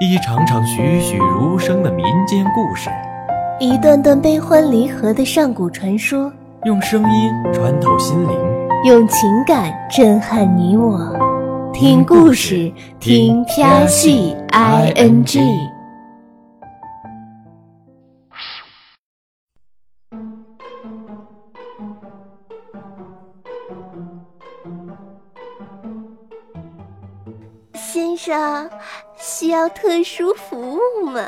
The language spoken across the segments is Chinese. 一场场栩栩如生的民间故事，一段段悲欢离合的上古传说，用声音穿透心灵。用情感震撼你我。听故事，听飘戏 ing。先生，需要特殊服务吗？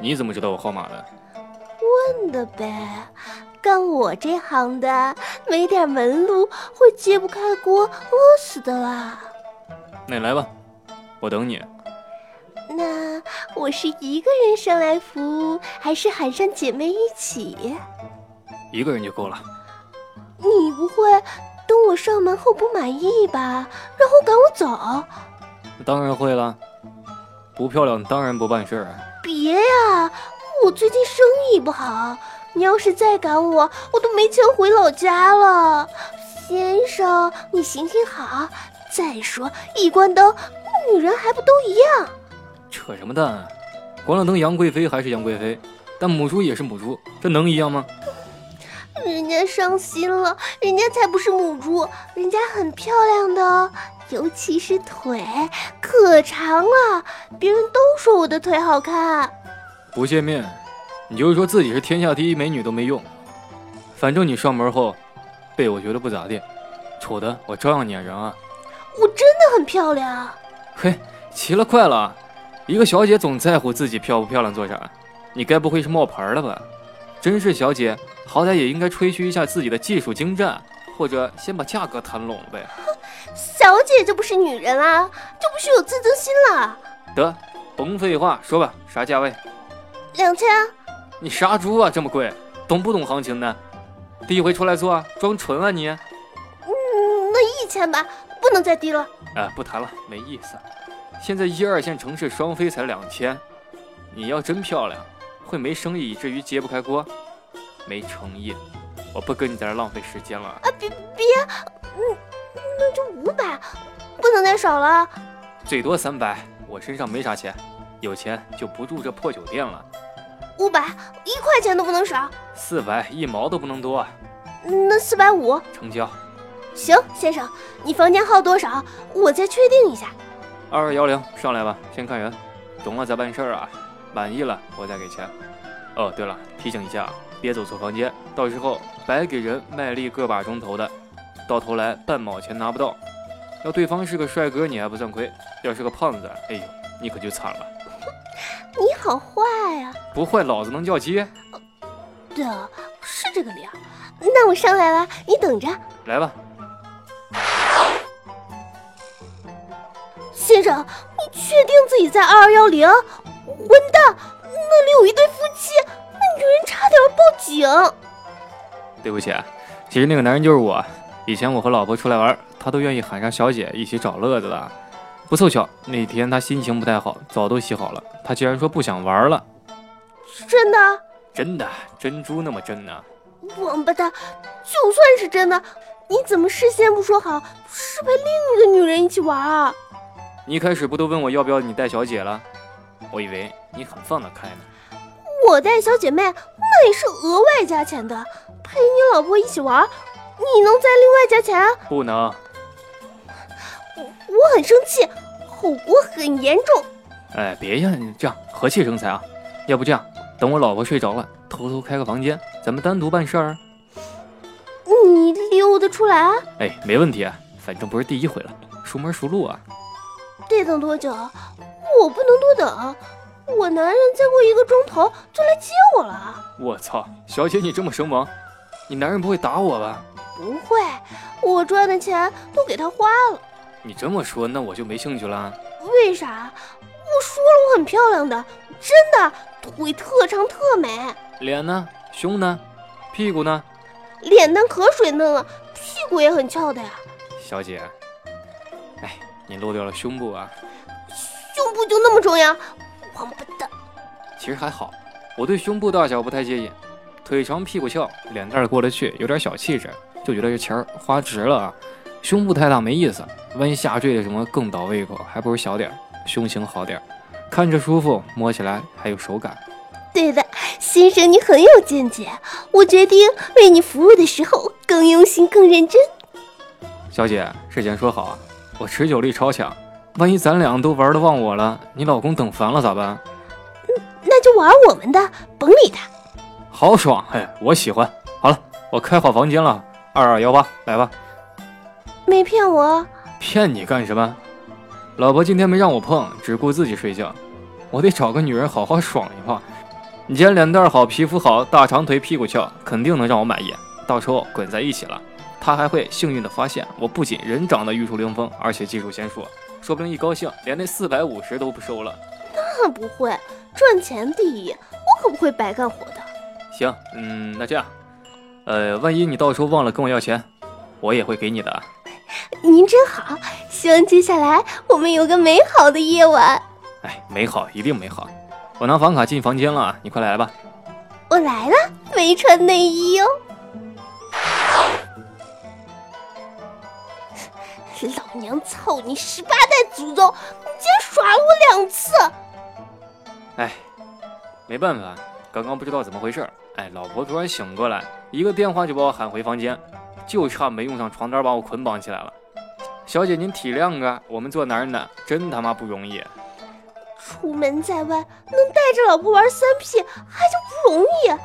你怎么知道我号码的？问的呗，干我这行的，没点门路会揭不开锅，饿死的啦。那你来吧，我等你。那我是一个人上来服务，还是喊上姐妹一起？一个人就够了。你不会等我上门后不满意吧，然后赶我走？当然会了，不漂亮当然不办事儿。啊别呀，我最近生意不好，你要是再赶我，我都没钱回老家了。先生，你行行好。再说，一关灯，女人还不都一样？扯什么蛋、啊？关了灯，杨贵妃还是杨贵妃，但母猪也是母猪，这能一样吗？人家伤心了，人家才不是母猪，人家很漂亮的哦，尤其是腿可长了，别人都说我的腿好看。不见面，你就是说自己是天下第一美女都没用。反正你上门后，被我觉得不咋地，丑的我照样撵人啊。我真的很漂亮，嘿，奇了怪了，一个小姐总在乎自己漂不漂亮做啥？你该不会是冒牌儿了吧？真是小姐，好歹也应该吹嘘一下自己的技术精湛，或者先把价格谈拢了呗。小姐就不是女人啦，就不许有自尊心了。得，甭废话，说吧，啥价位？两千，你杀猪啊，这么贵，懂不懂行情呢？第一回出来做啊，装纯啊你？啊、嗯，那一千吧，不能再低了。啊不谈了，没意思。现在一二线城市双飞才两千，你要真漂亮，会没生意以至于揭不开锅，没诚意。我不跟你在这儿浪费时间了啊，啊，别别，嗯，那就五百，不能再少了。最多三百，我身上没啥钱，有钱就不住这破酒店了。五百，一块钱都不能少。四百一毛都不能多，啊，那四百五，成交。行，先生，你房间号多少？我再确定一下。二二幺零，上来吧，先看人，懂了再办事儿啊，满意了我再给钱。哦，对了，提醒一下，别走错房间，到时候白给人卖力个把钟头的，到头来半毛钱拿不到。要对方是个帅哥，你还不算亏；要是个胖子，哎呦，你可就惨了。你好坏呀、不坏，老子能叫鸡。对啊，是这个理儿。那我上来了，你等着。来吧，先生，你确定自己在二二幺零？混蛋！那里有一对夫妻，那女人差点报警。对不起，啊其实那个男人就是我。啊以前我和老婆出来玩，他都愿意喊上小姐一起找乐子的。啊不凑巧，那天他心情不太好，澡都洗好了，他竟然说不想玩了。是真的？真的，珍珠那么真啊呢、王八蛋！就算是真的，你怎么事先不说好是陪另一个女人一起玩啊？你一开始不都问我要不要你带小姐了？我以为你很放得开呢。我带小姐妹那也是额外加钱的，陪你老婆一起玩，你能再另外加钱？啊不能，我很生气，后果很严重。哎，别呀，你这样和气生财啊。要不这样，等我老婆睡着了，偷偷开个房间，咱们单独办事儿。啊你溜得出来啊？哎，没问题，啊，反正不是第一回了，熟门熟路啊。得等多久？我不能多等，我男人再过一个钟头就来接我了。我操，小姐你这么生猛，你男人不会打我吧？不会，我赚的钱都给他花了。你这么说，那我就没兴趣了。为啥？我说了我很漂亮的，真的，腿特长特美，脸呢？胸呢？屁股呢？脸蛋可水嫩了，屁股也很翘的呀。小姐，哎，你漏掉了胸部啊。胸部就那么重要？王八蛋！其实还好，我对胸部大小不太介意，腿长屁股翘，脸蛋儿过得去，有点小气质，就觉得这钱儿花值了啊。胸部太大没意思，万一下坠了什么更倒胃口，还不如小点儿，胸型好点儿，看着舒服，摸起来还有手感。对的，先生，你很有见解。我决定为你服务的时候更用心、更认真。小姐，事先说好啊，我持久力超强，万一咱俩都玩的忘我了，你老公等烦了咋办？那就玩我们的，甭理他。豪爽，嘿，我喜欢。好了，我开好房间了，二二幺八，来吧。没骗我，骗你干什么？老婆今天没让我碰，只顾自己睡觉，我得找个女人好好爽一晃。你既然脸蛋好，皮肤好，大长腿，屁股翘，肯定能让我满意。到时候滚在一起了，她还会幸运的发现我不仅人长得玉树临风，而且技术娴熟，说不定一高兴连那四百五十都不收了。那不会赚钱第一，我可不会白干活的。行，嗯，那这样，呃，万一你到时候忘了跟我要钱，我也会给你的啊。您真好，希望接下来我们有个美好的夜晚。哎，美好，一定美好。我拿房卡进房间了啊，你快来吧。我来了，没穿内衣哦。老娘操你十八代祖宗！你竟然耍了我两次！哎，没办法，刚刚不知道怎么回事儿，哎，老婆突然醒过来，一个电话就把我喊回房间，就差没用上床单把我捆绑起来了。小姐，您体谅啊，我们做男人的真他妈不容易。出门在外能带着老婆玩三 P，还就不容易？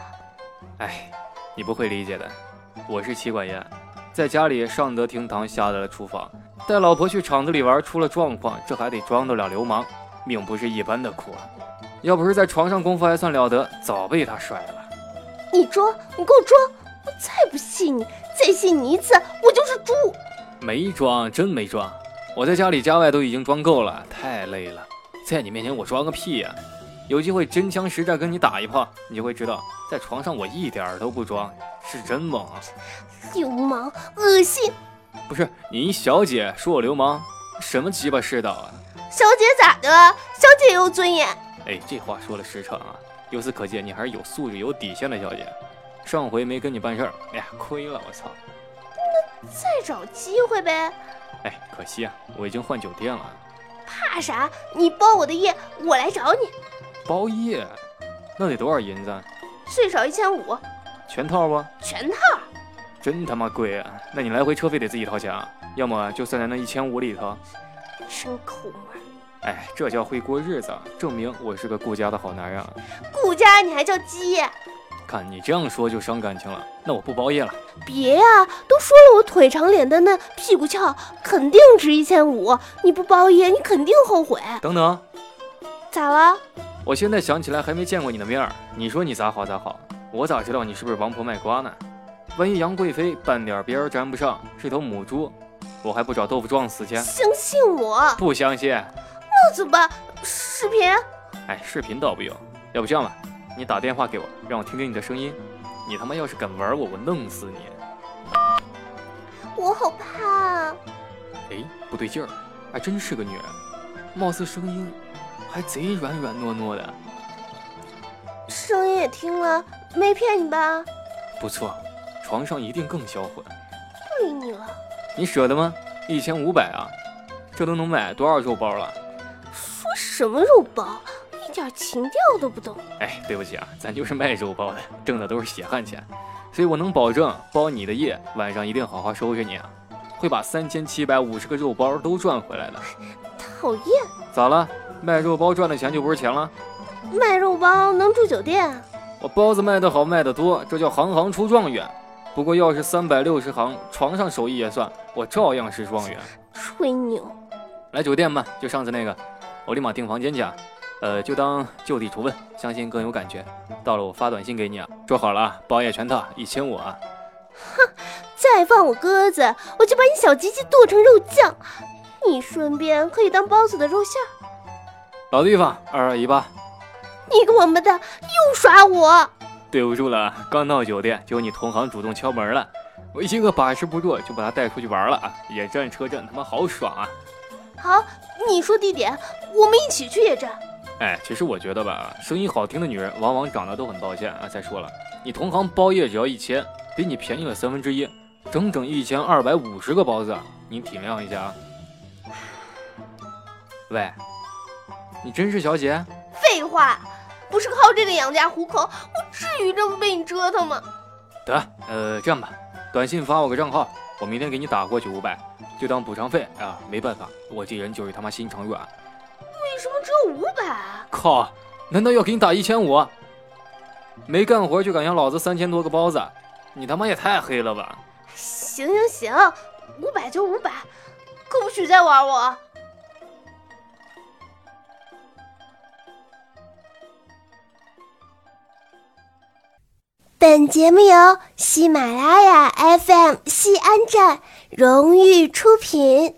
哎，你不会理解的，我是妻管严，在家里上得厅堂，下得厨房，带老婆去厂子里玩，出了状况，这还得装得了流氓，命不是一般的苦啊！要不是在床上功夫还算了得，早被他摔了。你装，你给我装！我再不信你，再信你一次，我就是猪！没装，真没装，我在家里家外都已经装够了，太累了，在你面前我装个屁呀、有机会真枪实战跟你打一炮，你就会知道，在床上我一点儿都不装，是真猛啊！流氓，恶心！不是你一小姐说我流氓，什么鸡巴世道啊？小姐咋的了？小姐也有尊严。哎，这话说了实诚啊。由此可见，你还是有素质、有底线的小姐。上回没跟你办事儿，哎呀，亏了，我操！再找机会呗，哎，可惜啊，我已经换酒店了。怕啥？你包我的夜，我来找你，包夜，那得多少银子啊？最少一千五，全套啊不？全套。真他妈贵啊！那你来回车费得自己掏钱啊，要么就算在那一千五里头。真抠门儿，哎，这叫会过日子，啊，证明我是个顾家的好男人啊！顾家你还叫鸡？看你这样说就伤感情了，那我不包夜了。别呀、都说了我腿长脸蛋嫩，屁股翘，肯定值一千五。你不包夜，你肯定后悔。等等，咋了？我现在想起来还没见过你的面儿，你说你咋好咋好，我咋知道你是不是王婆卖瓜呢？万一杨贵妃半点边儿沾不上，是头母猪，我还不找豆腐撞死去？相信我，不相信？啊那怎么办？视频？哎，视频倒不用，要不这样吧，你打电话给我，让我听听你的声音。你他妈要是敢玩我，我弄死你！我好怕啊！哎，不对劲儿，还真是个女人，貌似声音还贼软软糯糯的，声音也听了，没骗你吧？不错，床上一定更销魂。不理你了。你舍得吗？一千五百啊，这都能买多少肉包了？说什么肉包，一点情调都不懂。哎，对不起啊，咱就是卖肉包的，挣的都是血汗钱，所以我能保证包你的夜，晚上一定好好收拾你啊，会把三千七百五十个肉包都赚回来的。讨厌，咋了？卖肉包赚的钱就不是钱了？卖肉包能住酒店？啊我包子卖得好，卖得多，这叫行行出状元。不过要是三百六十行，床上手艺也算，我照样是状元。吹牛！来酒店吧，就上次那个，我立马订房间去啊。呃，就当就地处问，相信更有感觉。到了我发短信给你啊，说好了啊，包夜全套一千五啊。再放我鸽子，我就把你小鸡鸡剁成肉酱，你顺便可以当包子的肉馅儿。老地方，二二一八，你个王八蛋，又耍我！对不住了啊，刚到酒店就有你同行主动敲门了，我一个把持不住就把他带出去玩了啊，野战车震他妈好爽啊！好，你说地点，我们一起去野战。哎，其实我觉得吧，声音好听的女人往往长得都很抱歉啊。再说了，你同行包夜只要一千，比你便宜了三分之一，整整一千二百五十个啊包子，你体谅一下啊。喂，你真是小姐？废话，不是靠这个养家糊口，我至于这么被你折腾吗？得，呃，这样吧，短信发我个账号，我明天给你打过去五百，就当补偿费啊。没办法，我这人就是他妈心肠软。为什么只有五百啊？靠，难道要给你打一千五？没干活就敢要老子三千多个包子，啊你他妈也太黑了吧！行行行，五百就五百，可不许再玩我。本节目由喜马拉雅 FM 西安站荣誉出品。